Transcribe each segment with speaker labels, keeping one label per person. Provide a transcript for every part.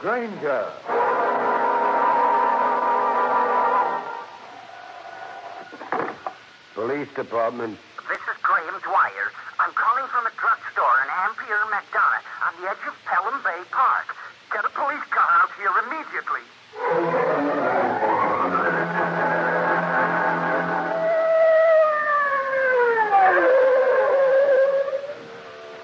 Speaker 1: Granger. Police Department.
Speaker 2: This is Graham Dwyer. I'm calling from a drugstore in Ampere, McDonough, on the edge of Pelham Bay Park. Get a police car out here immediately.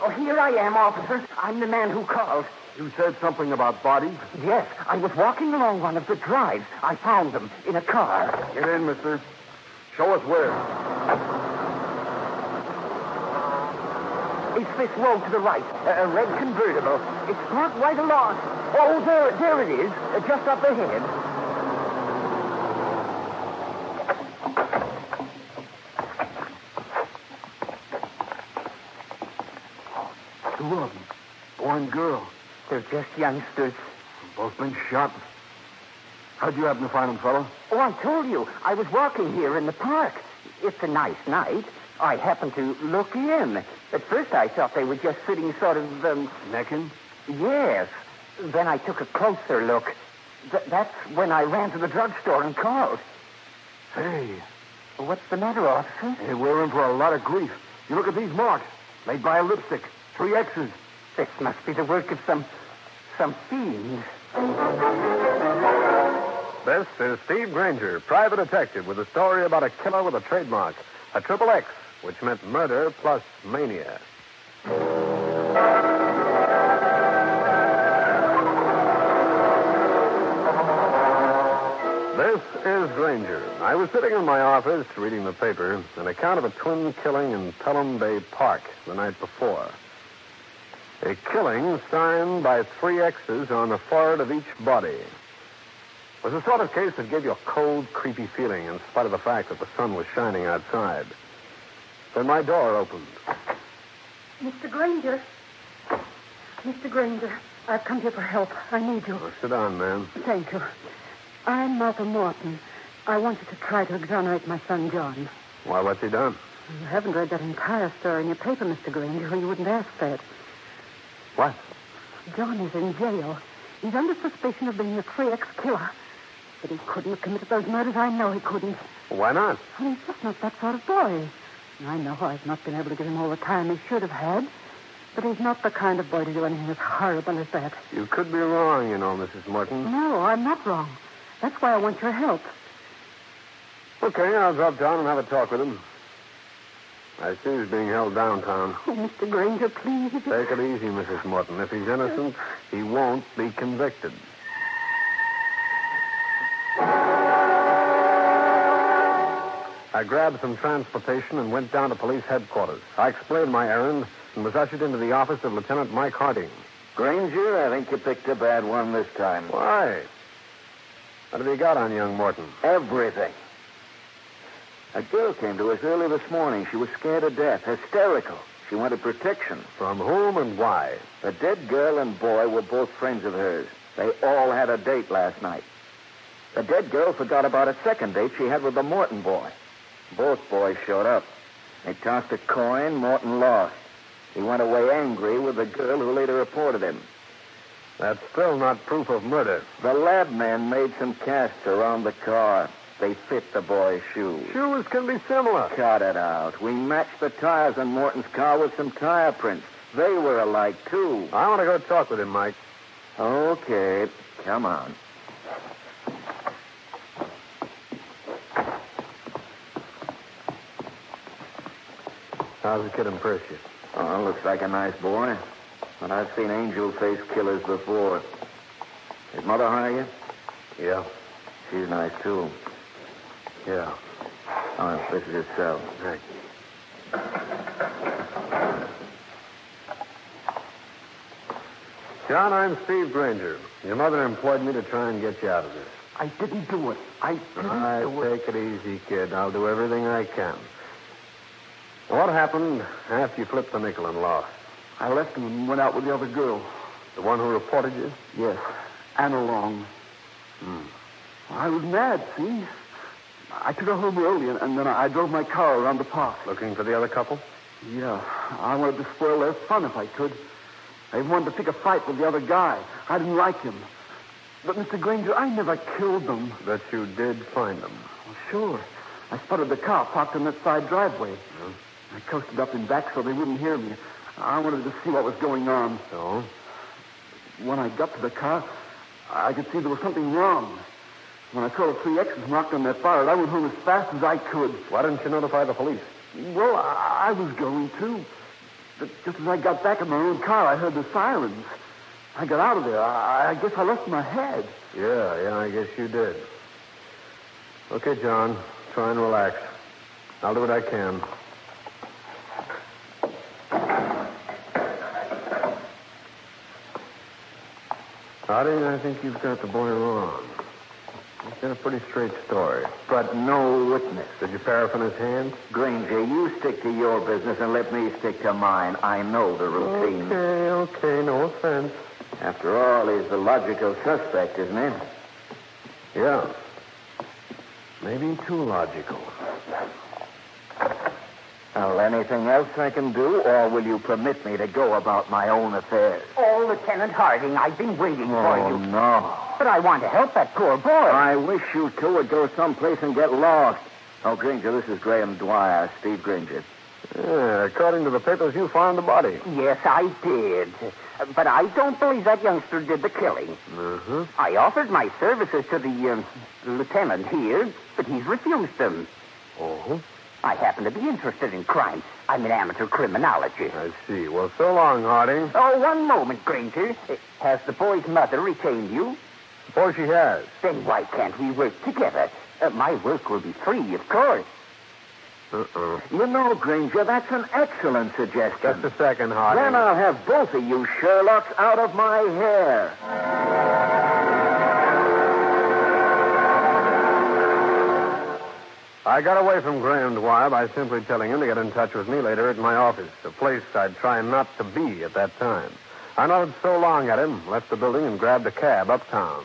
Speaker 3: Oh, here I am, officer. I'm the man who called.
Speaker 1: You said something about bodies.
Speaker 3: Yes, I was walking along one of the drives. I found them in a car.
Speaker 1: Get in, mister. Show us where.
Speaker 3: It's this road to the right, a, a red convertible. It's parked right along. Oh, there, there it is, uh, just up ahead.
Speaker 1: Two of them. Boy and girl.
Speaker 3: They're just youngsters.
Speaker 1: Both been shot. How'd you happen to find them, fella?
Speaker 3: Oh, I told you, I was walking here in the park. It's a nice night. I happened to look in. At first, I thought they were just sitting sort of, um,
Speaker 1: Necking?
Speaker 3: yes. Then I took a closer look. Th- that's when I ran to the drugstore and called.
Speaker 1: Hey,
Speaker 3: What's the matter, officer?
Speaker 1: hey, we're in for a lot of grief. You look at these marks. Made by a lipstick. Three X's.
Speaker 3: This must be the work of some, some fiend.
Speaker 4: This is Steve Granger, private detective, with a story about a killer with a trademark, a triple X, which meant murder plus mania. This is Granger. I was sitting in my office reading the paper, an account of a twin killing in Pelham Bay Park the night before. A killing signed by three X's on the forehead of each body was the sort of case that gave you a cold, creepy feeling in spite of the fact that the sun was shining outside. Then my door opened.
Speaker 5: Mr. Granger. Mr. Granger, I've come here for help. I need you.
Speaker 4: Oh, sit down, ma'am.
Speaker 5: Thank you. I'm Martha Morton. I want you to try to exonerate my son, John.
Speaker 4: Why, what's he done?
Speaker 5: You haven't read that entire story in your paper, Mr. Granger, or you wouldn't ask that.
Speaker 4: What?
Speaker 5: John is in jail. He's under suspicion of being a 3X killer. But he couldn't have committed those murders. I know he couldn't.
Speaker 4: Why not?
Speaker 5: Well, he's just not that sort of boy. I know I've not been able to give him all the time he should have had, but he's not the kind of boy to do anything as horrible as that.
Speaker 4: You could be wrong, you know, Mrs. Morton.
Speaker 5: No, I'm not wrong. That's why I want your help.
Speaker 4: Okay, I'll drop down and have a talk with him. I see he's being held downtown.
Speaker 5: Oh, Mr. Granger, please. if you-
Speaker 3: Uh,
Speaker 4: Take it easy, Mrs. Morton. If he's innocent, he won't be convicted. I grabbed some transportation and went down to police headquarters. I explained my errand and was ushered into the office of Lieutenant Mike Harding.
Speaker 1: Granger, I think you picked a bad one this time.
Speaker 4: Why? What have you got on young Morton?
Speaker 1: Everything. A girl came to us early this morning. She was scared to death, hysterical. She wanted protection.
Speaker 4: From whom and why?
Speaker 1: The dead girl and boy were both friends of hers. They all had a date last night. The dead girl forgot about a second date she had with the Morton boy. Both boys showed up. They tossed a coin. Morton lost. He went away angry with the girl who later reported him.
Speaker 4: That's still not proof of murder.
Speaker 1: The lab man made some casts around the car. They fit the boy's shoes.
Speaker 4: Shoes can be similar.
Speaker 1: Cut it out. We matched the tires on Morton's car with some tire prints. They were alike, too.
Speaker 4: I want to go talk with him, Mike.
Speaker 1: Okay, come on.
Speaker 4: How's the kid impress you?
Speaker 1: Oh, looks like a nice boy. But I've seen angel face killers before. Did Mother hire you?
Speaker 4: Yeah.
Speaker 1: She's nice, too.
Speaker 4: Yeah.
Speaker 1: Oh, this is his cell.
Speaker 4: Thanks. John, I'm Steve Granger. Your mother employed me to try and get you out of this.
Speaker 3: I didn't do it. I didn't
Speaker 4: I
Speaker 3: do it.
Speaker 4: take it easy, kid. I'll do everything I can. What happened after you flipped the nickel and lost?
Speaker 3: I left him and went out with the other girl.
Speaker 4: The one who reported you?
Speaker 3: Yes, Anna Long. I was mad, see? I took her home early, and, and then I drove my car around the park.
Speaker 4: Looking for the other couple?
Speaker 3: Yeah, I wanted to spoil their fun if I could. They wanted to pick a fight with the other guy. I didn't like him. But, Mr. Granger, I never killed them.
Speaker 4: But you did find them.
Speaker 3: Well, sure. I spotted the car parked on that side driveway. I coasted up and back so they wouldn't hear me. I wanted to see what was going on.
Speaker 4: So?
Speaker 3: When I got to the car, I could see there was something wrong. When I saw the three X's marked on that fire, I went home as fast as I could.
Speaker 4: Why didn't you notify the police?
Speaker 3: Well, I, I was going too. But just as I got back in my own car, I heard the sirens. I got out of there. I, I guess I lost my head.
Speaker 4: Yeah, yeah, I guess you did. Okay, John. Try and relax. I'll do what I can. Howdy, I think you've got the boy wrong. He's got a pretty straight story.
Speaker 1: But no witness.
Speaker 4: Did you paraffin his hand?
Speaker 1: Granger, you stick to your business and let me stick to mine. I know the routine.
Speaker 4: Okay, okay, no offense.
Speaker 1: After all, he's the logical suspect, isn't he?
Speaker 4: Yeah. Maybe too logical.
Speaker 1: Well, anything else I can do, or will you permit me to go about my own affairs?
Speaker 3: Oh, Lieutenant Harding, I've been waiting for
Speaker 1: oh,
Speaker 3: you.
Speaker 1: no.
Speaker 3: But I want to help that poor boy.
Speaker 1: I wish you two would go someplace and get lost. Oh, Granger, this is Graham Dwyer, Steve Granger.
Speaker 4: Yeah, according to the papers, you found the body.
Speaker 3: Yes, I did. But I don't believe that youngster did the killing.
Speaker 4: Uh-huh.
Speaker 3: I offered my services to the um, lieutenant here, but he's refused them.
Speaker 4: Oh,
Speaker 3: I happen to be interested in crime. I'm an amateur criminologist.
Speaker 4: I see. Well, so long, Harding.
Speaker 3: Oh, one moment, Granger. Uh, Has the boy's mother retained you?
Speaker 4: Suppose she has.
Speaker 3: Then why can't we work together? Uh, my work will be free, of course.
Speaker 4: Uh-uh.
Speaker 1: You know, Granger, that's an excellent suggestion.
Speaker 4: Just a second, Harding.
Speaker 1: Then I'll have both of you Sherlocks out of my hair.
Speaker 4: I got away from Graham Dwyer by simply telling him to get in touch with me later at my office, a place I'd try not to be at that time. I nodded so long at him, left the building, and grabbed a cab uptown.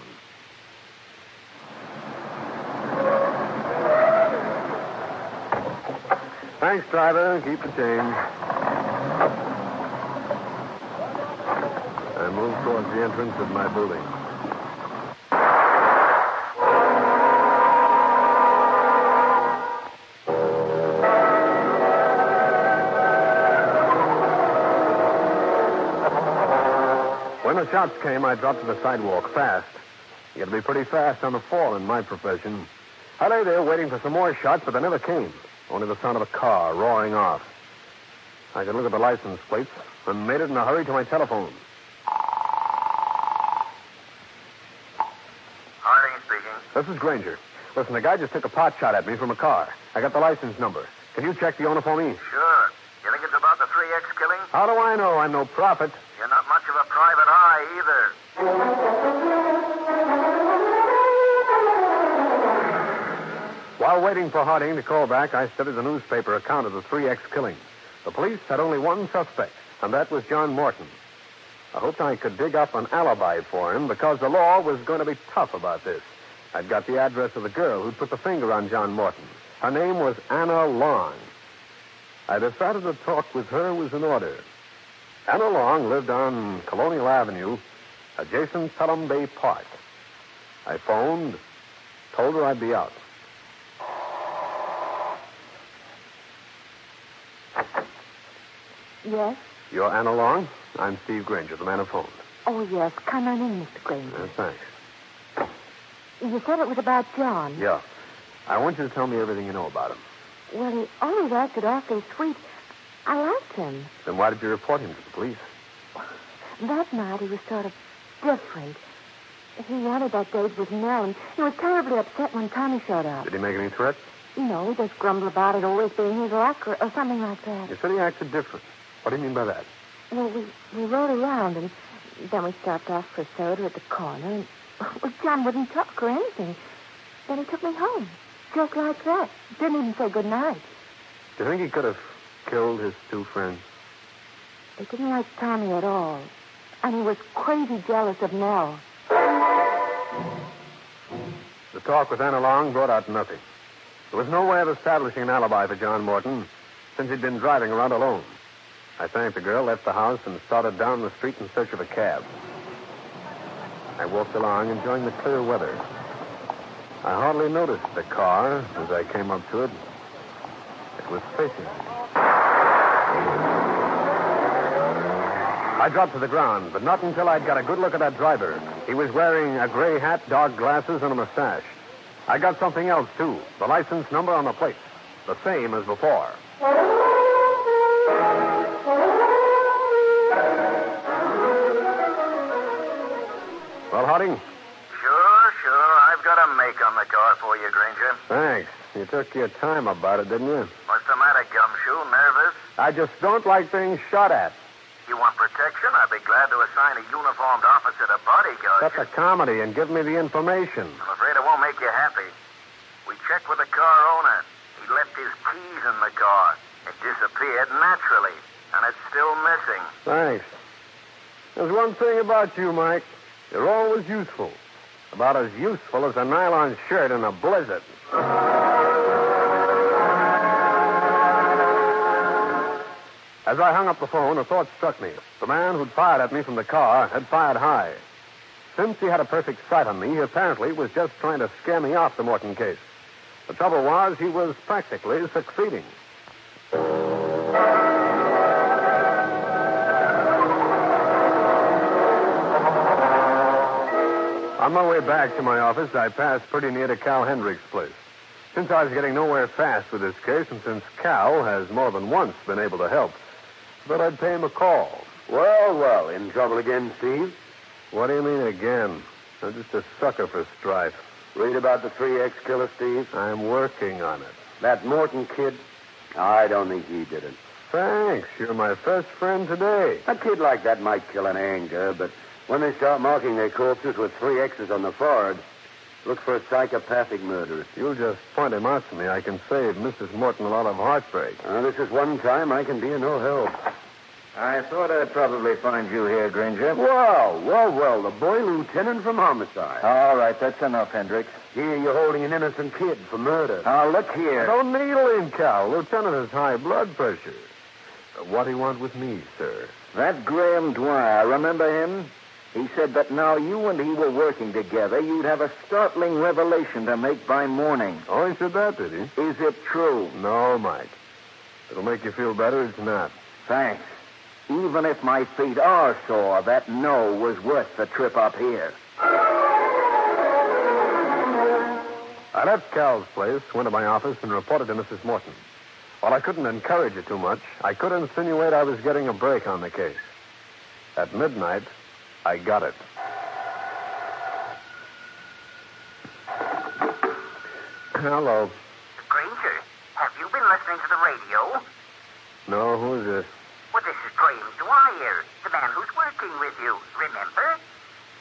Speaker 4: Thanks, driver. Keep the change. I moved towards the entrance of my building. When the shots came, I dropped to the sidewalk fast. You got to be pretty fast on the fall in my profession. I lay there waiting for some more shots, but they never came. Only the sound of a car roaring off. I could look at the license plates and made it in a hurry to my telephone.
Speaker 2: Harding speaking.
Speaker 4: This is Granger. Listen, the guy just took a pot shot at me from a car. I got the license number. Can you check the owner for me?
Speaker 2: Sure. You think it's about the 3X killing?
Speaker 4: How do I know I'm no prophet?
Speaker 2: You're not much of a private eye either.
Speaker 4: While waiting for Harding to call back, I studied the newspaper account of the 3X killing. The police had only one suspect, and that was John Morton. I hoped I could dig up an alibi for him because the law was going to be tough about this. I'd got the address of the girl who put the finger on John Morton. Her name was Anna Long. I decided a talk with her was in order. Anna Long lived on Colonial Avenue, adjacent Pelham Bay Park. I phoned, told her I'd be out.
Speaker 5: Yes?
Speaker 4: You're Anna Long. I'm Steve Granger, the man who phoned.
Speaker 5: Oh, yes. Come on in, Mr. Granger.
Speaker 4: Uh, thanks.
Speaker 5: You said it was about John.
Speaker 4: Yeah. I want you to tell me everything you know about him.
Speaker 5: Well, he always acted awfully sweet. I liked him.
Speaker 4: Then why did you report him to the police?
Speaker 5: That night, he was sort of different. He wanted that date with Nell, and he was terribly upset when Tommy showed up.
Speaker 4: Did he make any threats?
Speaker 5: You know, he just grumbled about it always being his luck or, or something like that.
Speaker 4: You said he acted different. What do you mean by that?
Speaker 5: Well, we, we rode around, and then we stopped off for soda at the corner, and well, John wouldn't talk or anything. Then he took me home, just like that. Didn't even say good night.
Speaker 4: Do you think he could have killed his two friends?
Speaker 5: He didn't like Tommy at all, and he was crazy jealous of Nell.
Speaker 4: The talk with Anna Long brought out nothing. There was no way of establishing an alibi for John Morton since he'd been driving around alone. I thanked the girl, left the house, and started down the street in search of a cab. I walked along, enjoying the clear weather. I hardly noticed the car as I came up to it. It was facing me. I dropped to the ground, but not until I'd got a good look at that driver. He was wearing a gray hat, dark glasses, and a mustache. I got something else, too the license number on the plate. The same as before. Well, Harding,
Speaker 2: Sure, sure. I've got a make on the car for you, Granger.
Speaker 4: thanks. You took your time about it, didn't you?
Speaker 2: What's the matter, Gumshoe? Nervous?
Speaker 4: I just don't like being shot at.
Speaker 2: You want protection? I'd be glad to assign a uniformed officer to bodyguard
Speaker 4: That's a comedy and give me the information.
Speaker 2: I'm afraid it won't make you happy. We checked with the car owner. He left his keys in the car. It disappeared naturally, and it's still missing.
Speaker 4: Thanks. There's one thing about you, Mike. You're always useful. About as useful as a nylon shirt in a blizzard. As I hung up the phone, a thought struck me. The man who'd fired at me from the car had fired high. Since he had a perfect sight on me, he apparently was just trying to scare me off the Morton case. The trouble was, he was practically succeeding. On my way back to my office, I passed pretty near to Cal Hendricks' place. Since I was getting nowhere fast with this case, and since Cal has more than once been able to help, but I'd pay him a call.
Speaker 1: Well, well, in trouble again, Steve?
Speaker 4: What do you mean again? I'm just a sucker for strife.
Speaker 1: Read about the 3X killer, Steve?
Speaker 4: I'm working on it.
Speaker 1: That Morton kid? I don't think he did it.
Speaker 4: Thanks. You're my first friend today.
Speaker 1: A kid like that might kill in anger, but when they start marking their corpses with three X's on the forehead, look for a psychopathic murderer.
Speaker 4: You'll just point him out to me. I can save Mrs. Morton a lot of heartbreak.
Speaker 1: Uh, this is one time I can be of no help. I thought I'd probably find you here, Granger. Well, well, well, the boy lieutenant from homicide. All right, that's enough, Hendricks. Here you're holding an innocent kid for murder. Now, look here.
Speaker 4: Don't needle him, Cal. Lieutenant has high blood pressure. Uh, What do you want with me, sir?
Speaker 1: That Graham Dwyer, remember him? He said that now you and he were working together, you'd have a startling revelation to make by morning.
Speaker 4: Oh, he said that, did he?
Speaker 1: Is it true?
Speaker 4: No, Mike. It'll make you feel better. It's not.
Speaker 1: Thanks. Even if my feet are sore, that no was worth the trip up here.
Speaker 4: I left Cal's place, went to my office, and reported to Mrs. Morton. While I couldn't encourage her too much, I could insinuate I was getting a break on the case. At midnight, I got it. Hello.
Speaker 2: Granger, have you been listening to the radio?
Speaker 4: No, who is this?
Speaker 2: Well, this is Graham Dwyer, the man who's working with you. Remember?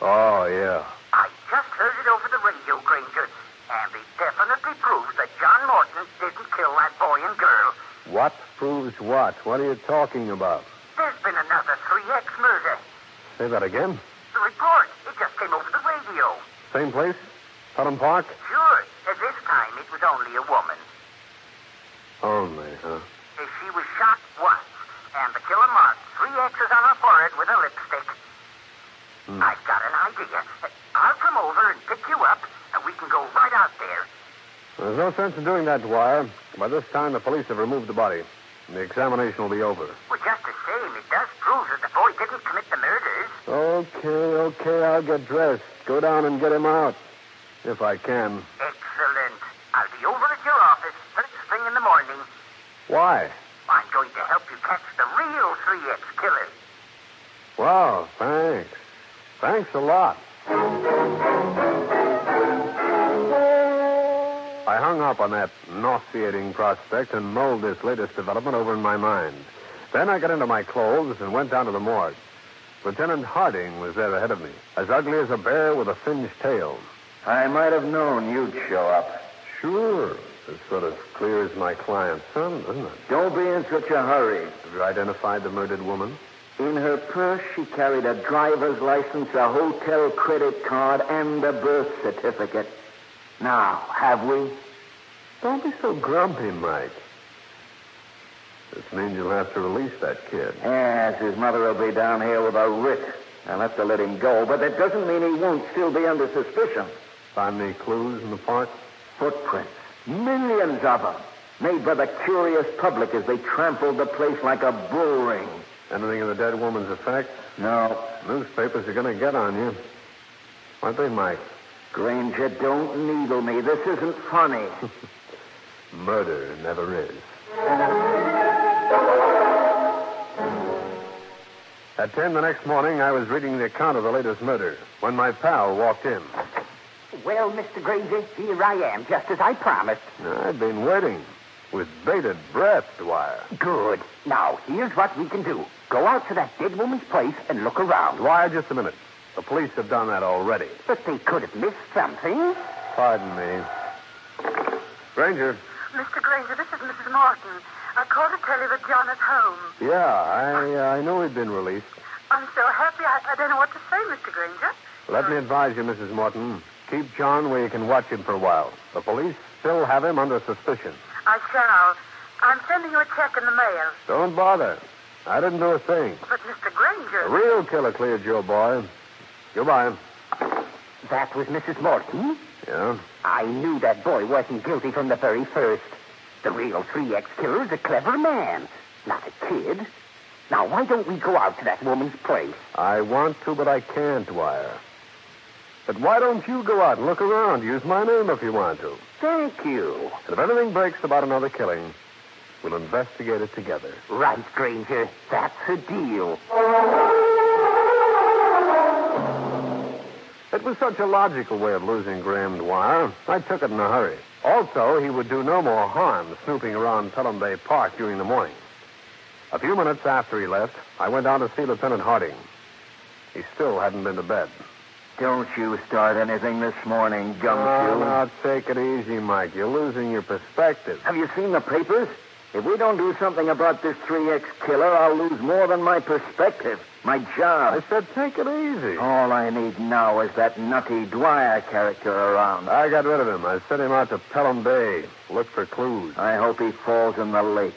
Speaker 4: Oh, yeah.
Speaker 2: I just heard it over the radio, Granger, and it definitely proves that John Morton didn't kill that boy and girl.
Speaker 4: What proves what? What are you talking about?
Speaker 2: There's been another 3X murder.
Speaker 4: Say that again.
Speaker 2: The report, it just came over the radio.
Speaker 4: Same place? Pelham Park?
Speaker 2: Sure, and this time it was only a woman.
Speaker 4: Only, huh?
Speaker 2: If she was shot once, and the killer marked three X's on her forehead with a lipstick. I've got an idea. I'll come over and pick you up, and we can go right out there.
Speaker 4: There's no sense in doing that, Dwyer. By this time, the police have removed the body. and The examination will be over.
Speaker 2: Well, just the same, it does prove that the boy didn't commit the murders.
Speaker 4: Okay, okay, I'll get dressed. Go down and get him out. If I can.
Speaker 2: Excellent. I'll be over at your office first thing in the morning.
Speaker 4: Why?
Speaker 2: I'm going to help you catch the real 3X killer.
Speaker 4: Wow, thanks. Thanks a lot. I hung up on that nauseating prospect and mulled this latest development over in my mind. Then I got into my clothes and went down to the morgue. Lieutenant Harding was there ahead of me, as ugly as a bear with a fringed tail.
Speaker 1: I might have known you'd show up.
Speaker 4: Sure. It sort of clears my client's son, doesn't it?
Speaker 1: Don't be in such a hurry.
Speaker 4: Have you identified the murdered woman?
Speaker 1: In her purse, she carried a driver's license, a hotel credit card, and a birth certificate. Now, have we?
Speaker 4: Don't be so grumpy, Mike. This means you'll have to release that kid.
Speaker 1: Yes, his mother will be down here with a writ. I'll have to let him go, but that doesn't mean he won't still be under suspicion.
Speaker 4: Find any clues in the park?
Speaker 1: Footprints, millions of them, made by the curious public as they trampled the place like a bull ring.
Speaker 4: Anything of the dead woman's effect?
Speaker 1: No,
Speaker 4: Newspapers are going to get on you. Aren't they, Mike?
Speaker 1: Granger, don't needle me. This isn't funny.
Speaker 4: Murder never is. At 10 the next morning, I was reading the account of the latest murder when my pal walked in.
Speaker 3: Well, Mr. Granger, here I am, just as I promised.
Speaker 4: I'd been waiting with bated breath, Dwyer.
Speaker 3: Good. Now, here's what we can do. Go out to that dead woman's place and look around.
Speaker 4: Dwyer, just a minute. The police have done that already.
Speaker 3: But they could have missed something.
Speaker 4: Pardon me. Ranger.
Speaker 6: Mr. Granger, this is Mrs. Martin. I called to tell you that John is home.
Speaker 4: Yeah, I, I know he'd been released.
Speaker 6: I'm so happy I, I don't know what to say, Mr. Granger.
Speaker 4: Let me advise you, Mrs. Morton. Keep John where you can watch him for a while. The police still have him under suspicion.
Speaker 6: I shall. I'm sending you a check in the mail.
Speaker 4: Don't bother. I didn't do a thing.
Speaker 6: But Mr.
Speaker 4: The
Speaker 6: Granger,
Speaker 4: real killer cleared your boy. Goodbye.
Speaker 3: That was Mrs. Morton.
Speaker 4: Yeah?
Speaker 3: I knew that boy wasn't guilty from the very first. The real 3X killer is a clever man, not a kid. Now, why don't we go out to that woman's place?
Speaker 4: I want to, but I can't, Dwyer. But why don't you go out and look around? Use my name if you want to.
Speaker 3: Thank you.
Speaker 4: And if anything breaks about another killing, we'll investigate it together.
Speaker 3: Right, Granger. That's a deal.
Speaker 4: It was such a logical way of losing Graham Dwyer. I took it in a hurry. Also, he would do no more harm snooping around Pelham Bay Park during the morning. A few minutes after he left, I went down to see Lieutenant Harding. He still hadn't been to bed.
Speaker 1: Don't you start anything this morning,
Speaker 4: Oh,
Speaker 1: Gumshoe.
Speaker 4: now, take it easy, Mike. You're losing your perspective.
Speaker 1: Have you seen the papers? If we don't do something about this 3X killer, I'll lose more than my perspective, my
Speaker 4: I
Speaker 1: job.
Speaker 4: said take it easy.
Speaker 1: All I need now is that nutty Dwyer character around.
Speaker 4: I got rid of him. I sent him out to Pelham Bay. Look for clues.
Speaker 1: I hope he falls in the lake.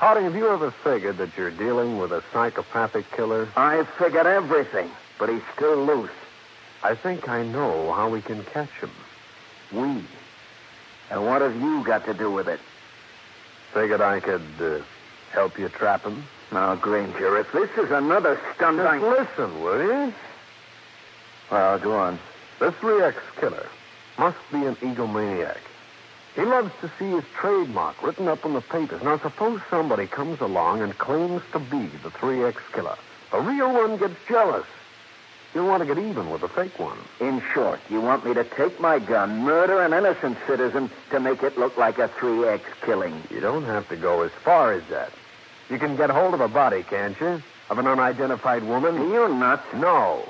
Speaker 4: Harding, have you ever figured that you're dealing with a psychopathic killer?
Speaker 1: I figured everything, but he's still loose.
Speaker 4: I think I know how we can catch him.
Speaker 1: We. And what have you got to do with it?
Speaker 4: Figured I could uh, help you trap him.
Speaker 1: Now, Granger, if this is another stunt,
Speaker 4: Just
Speaker 1: I...
Speaker 4: listen, will you?
Speaker 1: Well, go on.
Speaker 4: This 3X killer must be an egomaniac. He loves to see his trademark written up in the papers. Now, suppose somebody comes along and claims to be the 3X killer. A real one gets jealous. He'll want to get even with the fake one.
Speaker 1: In short, you want me to take my gun, murder an innocent citizen, to make it look like a 3X killing.
Speaker 4: You don't have to go as far as that. You can get hold of a body, can't you? Of an unidentified woman?
Speaker 1: You're nuts.
Speaker 4: No.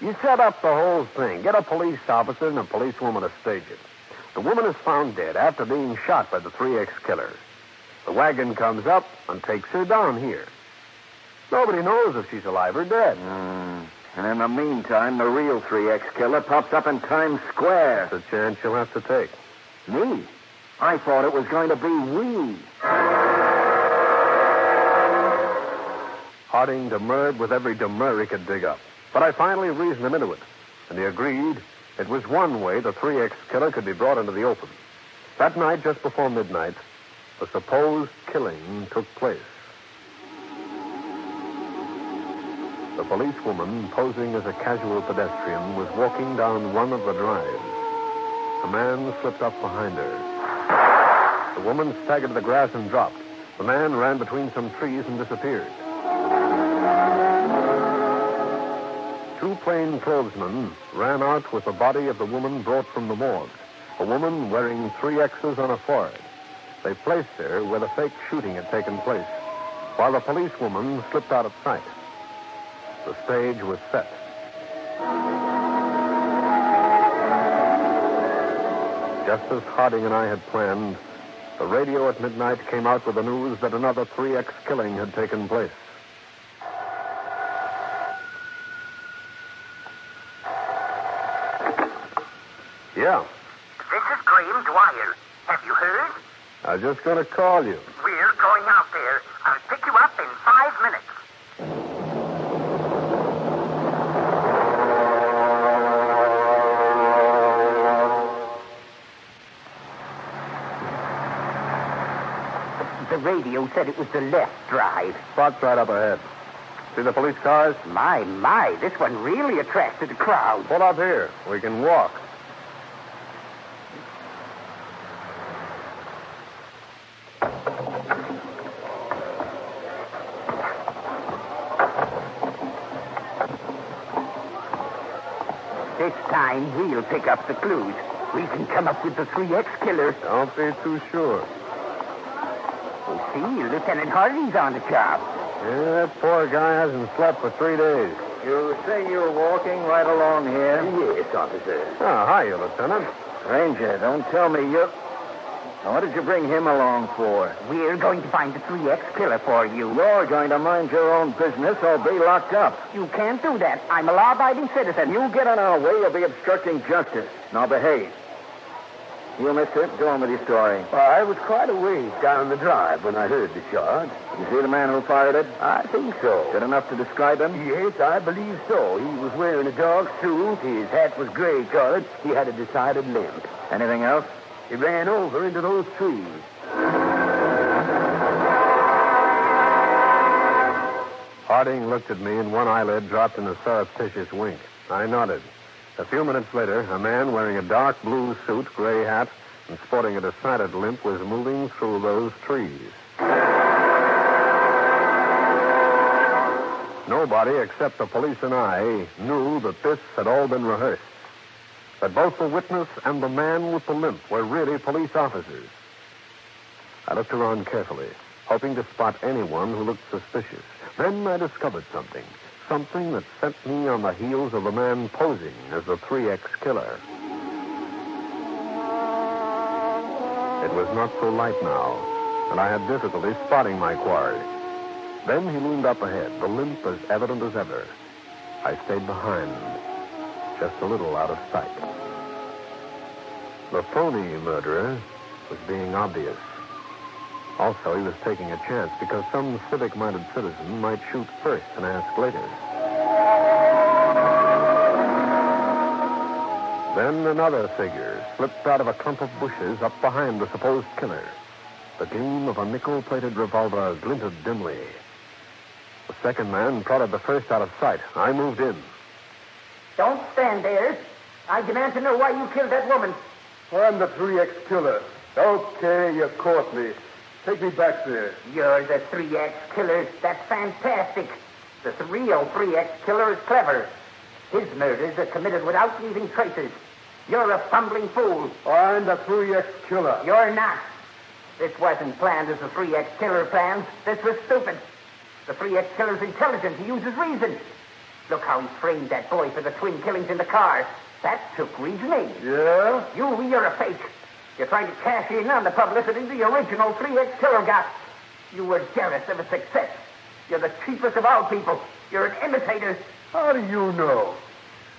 Speaker 4: You set up the whole thing. Get a police officer and a policewoman to stage it. The woman is found dead after being shot by the 3X killer. The wagon comes up and takes her down here. Nobody knows if she's alive or dead.
Speaker 1: Mm. And in the meantime, the real 3X killer pops up in Times Square.
Speaker 4: That's a chance you'll have to take.
Speaker 1: Me? I thought it was going to be we.
Speaker 4: Harding demurred with every demur he could dig up. But I finally reasoned him into it, and he agreed it was one way the 3X killer could be brought into the open. That night, just before midnight, the supposed killing took place. The policewoman, posing as a casual pedestrian, was walking down one of the drives. A man slipped up behind her. The woman staggered to the grass and dropped. The man ran between some trees and disappeared. Two plainclothesmen ran out with the body of the woman brought from the morgue, a woman wearing three X's on her forehead. They placed her where the fake shooting had taken place, while the policewoman slipped out of sight. The stage was set. Just as Harding and I had planned, the radio at midnight came out with the news that another 3X killing had taken place. Yeah,
Speaker 2: This is Graham Dwyer. Have you heard?
Speaker 4: I was just going to call you.
Speaker 2: We're going out there. I'll pick you up in five minutes.
Speaker 3: The radio said it was the left drive.
Speaker 4: Spot's right up ahead. See the police cars?
Speaker 3: My, my, this one really attracted a crowd.
Speaker 4: Pull up here. We can walk.
Speaker 3: This time we'll pick up the clues. We can come up with the 3X killer.
Speaker 4: Don't be too sure.
Speaker 3: You see, Lieutenant Hardy's on the job.
Speaker 4: Yeah, that poor guy hasn't slept for three days.
Speaker 1: You say you're walking right along here?
Speaker 3: Yes, officer.
Speaker 4: Oh, hiya, Lieutenant.
Speaker 1: Ranger, don't tell me you. Now, what did you bring him along for?
Speaker 3: We're going to find the 3X killer for you.
Speaker 1: You're going to mind your own business or be locked up.
Speaker 3: You can't do that. I'm a law-abiding citizen.
Speaker 1: You get in our way, you'll be obstructing justice. Now behave. You, mister, go on with your story.
Speaker 4: I was quite awake down the drive when I heard the shot.
Speaker 1: You see the man who fired it?
Speaker 4: I think so.
Speaker 1: Good enough to describe him?
Speaker 4: Yes, I believe so. He was wearing a dark suit. His hat was gray colored. He had a decided limp.
Speaker 1: Anything else?
Speaker 4: He ran over into those trees. Harding looked at me, and one eyelid dropped in a surreptitious wink. I nodded. A few minutes later, a man wearing a dark blue suit, gray hat, and sporting a decided limp was moving through those trees. Nobody except the police and I knew that this had all been rehearsed. But both the witness and the man with the limp were really police officers. I looked around carefully, hoping to spot anyone who looked suspicious. Then I discovered something. Something that sent me on the heels of the man posing as the 3X killer. It was not so light now, and I had difficulty spotting my quarry. Then he loomed up ahead, the limp as evident as ever. I stayed behind, just a little out of sight. The phony murderer was being obvious. Also, he was taking a chance because some civic minded citizen might shoot first and ask later. Then another figure slipped out of a clump of bushes up behind the supposed killer. The gleam of a nickel plated revolver glinted dimly. The second man prodded the first out of sight. I moved in.
Speaker 3: Don't stand there. I demand to know why you killed that woman.
Speaker 4: I'm the 3X killer. Okay, you caught me. Take me back there.
Speaker 3: You're the 3X killer. That's fantastic. The real 3X killer is clever. His murders are committed without leaving traces. You're a fumbling fool.
Speaker 4: I'm the 3X killer.
Speaker 3: You're not. This wasn't planned as the 3X killer planned. This was stupid. The 3X killer's intelligent. He uses reason. Look how he framed that boy for the twin killings in the car. That took reasoning.
Speaker 4: Yeah?
Speaker 3: You, you're a fake. You're trying to cash in on the publicity the original 3X killer got. You were jealous of a success. You're the cheapest of all people. You're an imitator.
Speaker 4: How do you know?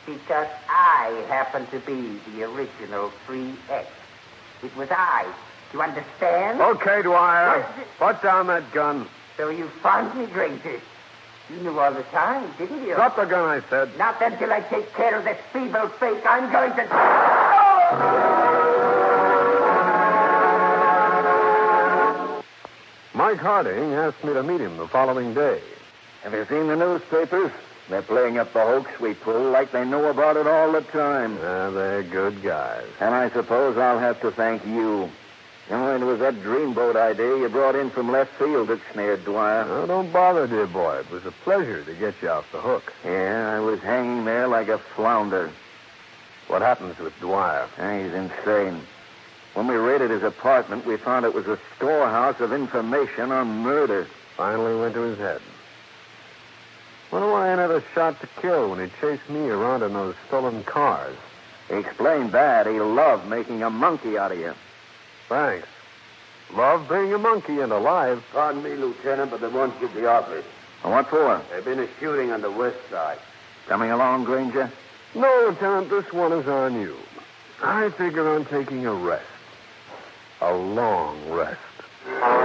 Speaker 3: Because I happen to be the original 3X. It was I. You understand?
Speaker 4: Okay, Dwyer.
Speaker 3: What is it?
Speaker 4: Put down that gun.
Speaker 3: So you found me, Granger. You knew all the time, didn't you?
Speaker 4: Drop the gun, I said.
Speaker 3: Not until I take care of this feeble fake. I'm going to.
Speaker 4: Mike Harding asked me to meet him the following day.
Speaker 1: Have you seen the newspapers? They're playing up the hoax we pulled like they know about it all the time.
Speaker 4: Yeah, Ah, they're good guys.
Speaker 1: And I suppose I'll have to thank you. You know, it was that dreamboat idea you brought in from left field that snared Dwyer.
Speaker 4: Now, don't bother, dear boy. It was a pleasure to get you off the hook.
Speaker 1: Yeah, I was hanging there like a flounder.
Speaker 4: What happens with Dwyer?
Speaker 1: Yeah, Ah, he's insane. When we raided his apartment, we found it was a storehouse of information on murder.
Speaker 4: Finally went to his head. Wonder why I never shot to kill when he chased me around in those stolen cars.
Speaker 1: He explained that. He loved making a monkey out of you.
Speaker 4: Thanks. Love being a monkey and alive.
Speaker 7: Pardon me, Lieutenant, but they won't give the office.
Speaker 1: And what for?
Speaker 7: There's been a shooting on the west side.
Speaker 1: Coming along, Granger?
Speaker 4: No, Lieutenant, this one is on you. I figure on taking a rest. A long rest.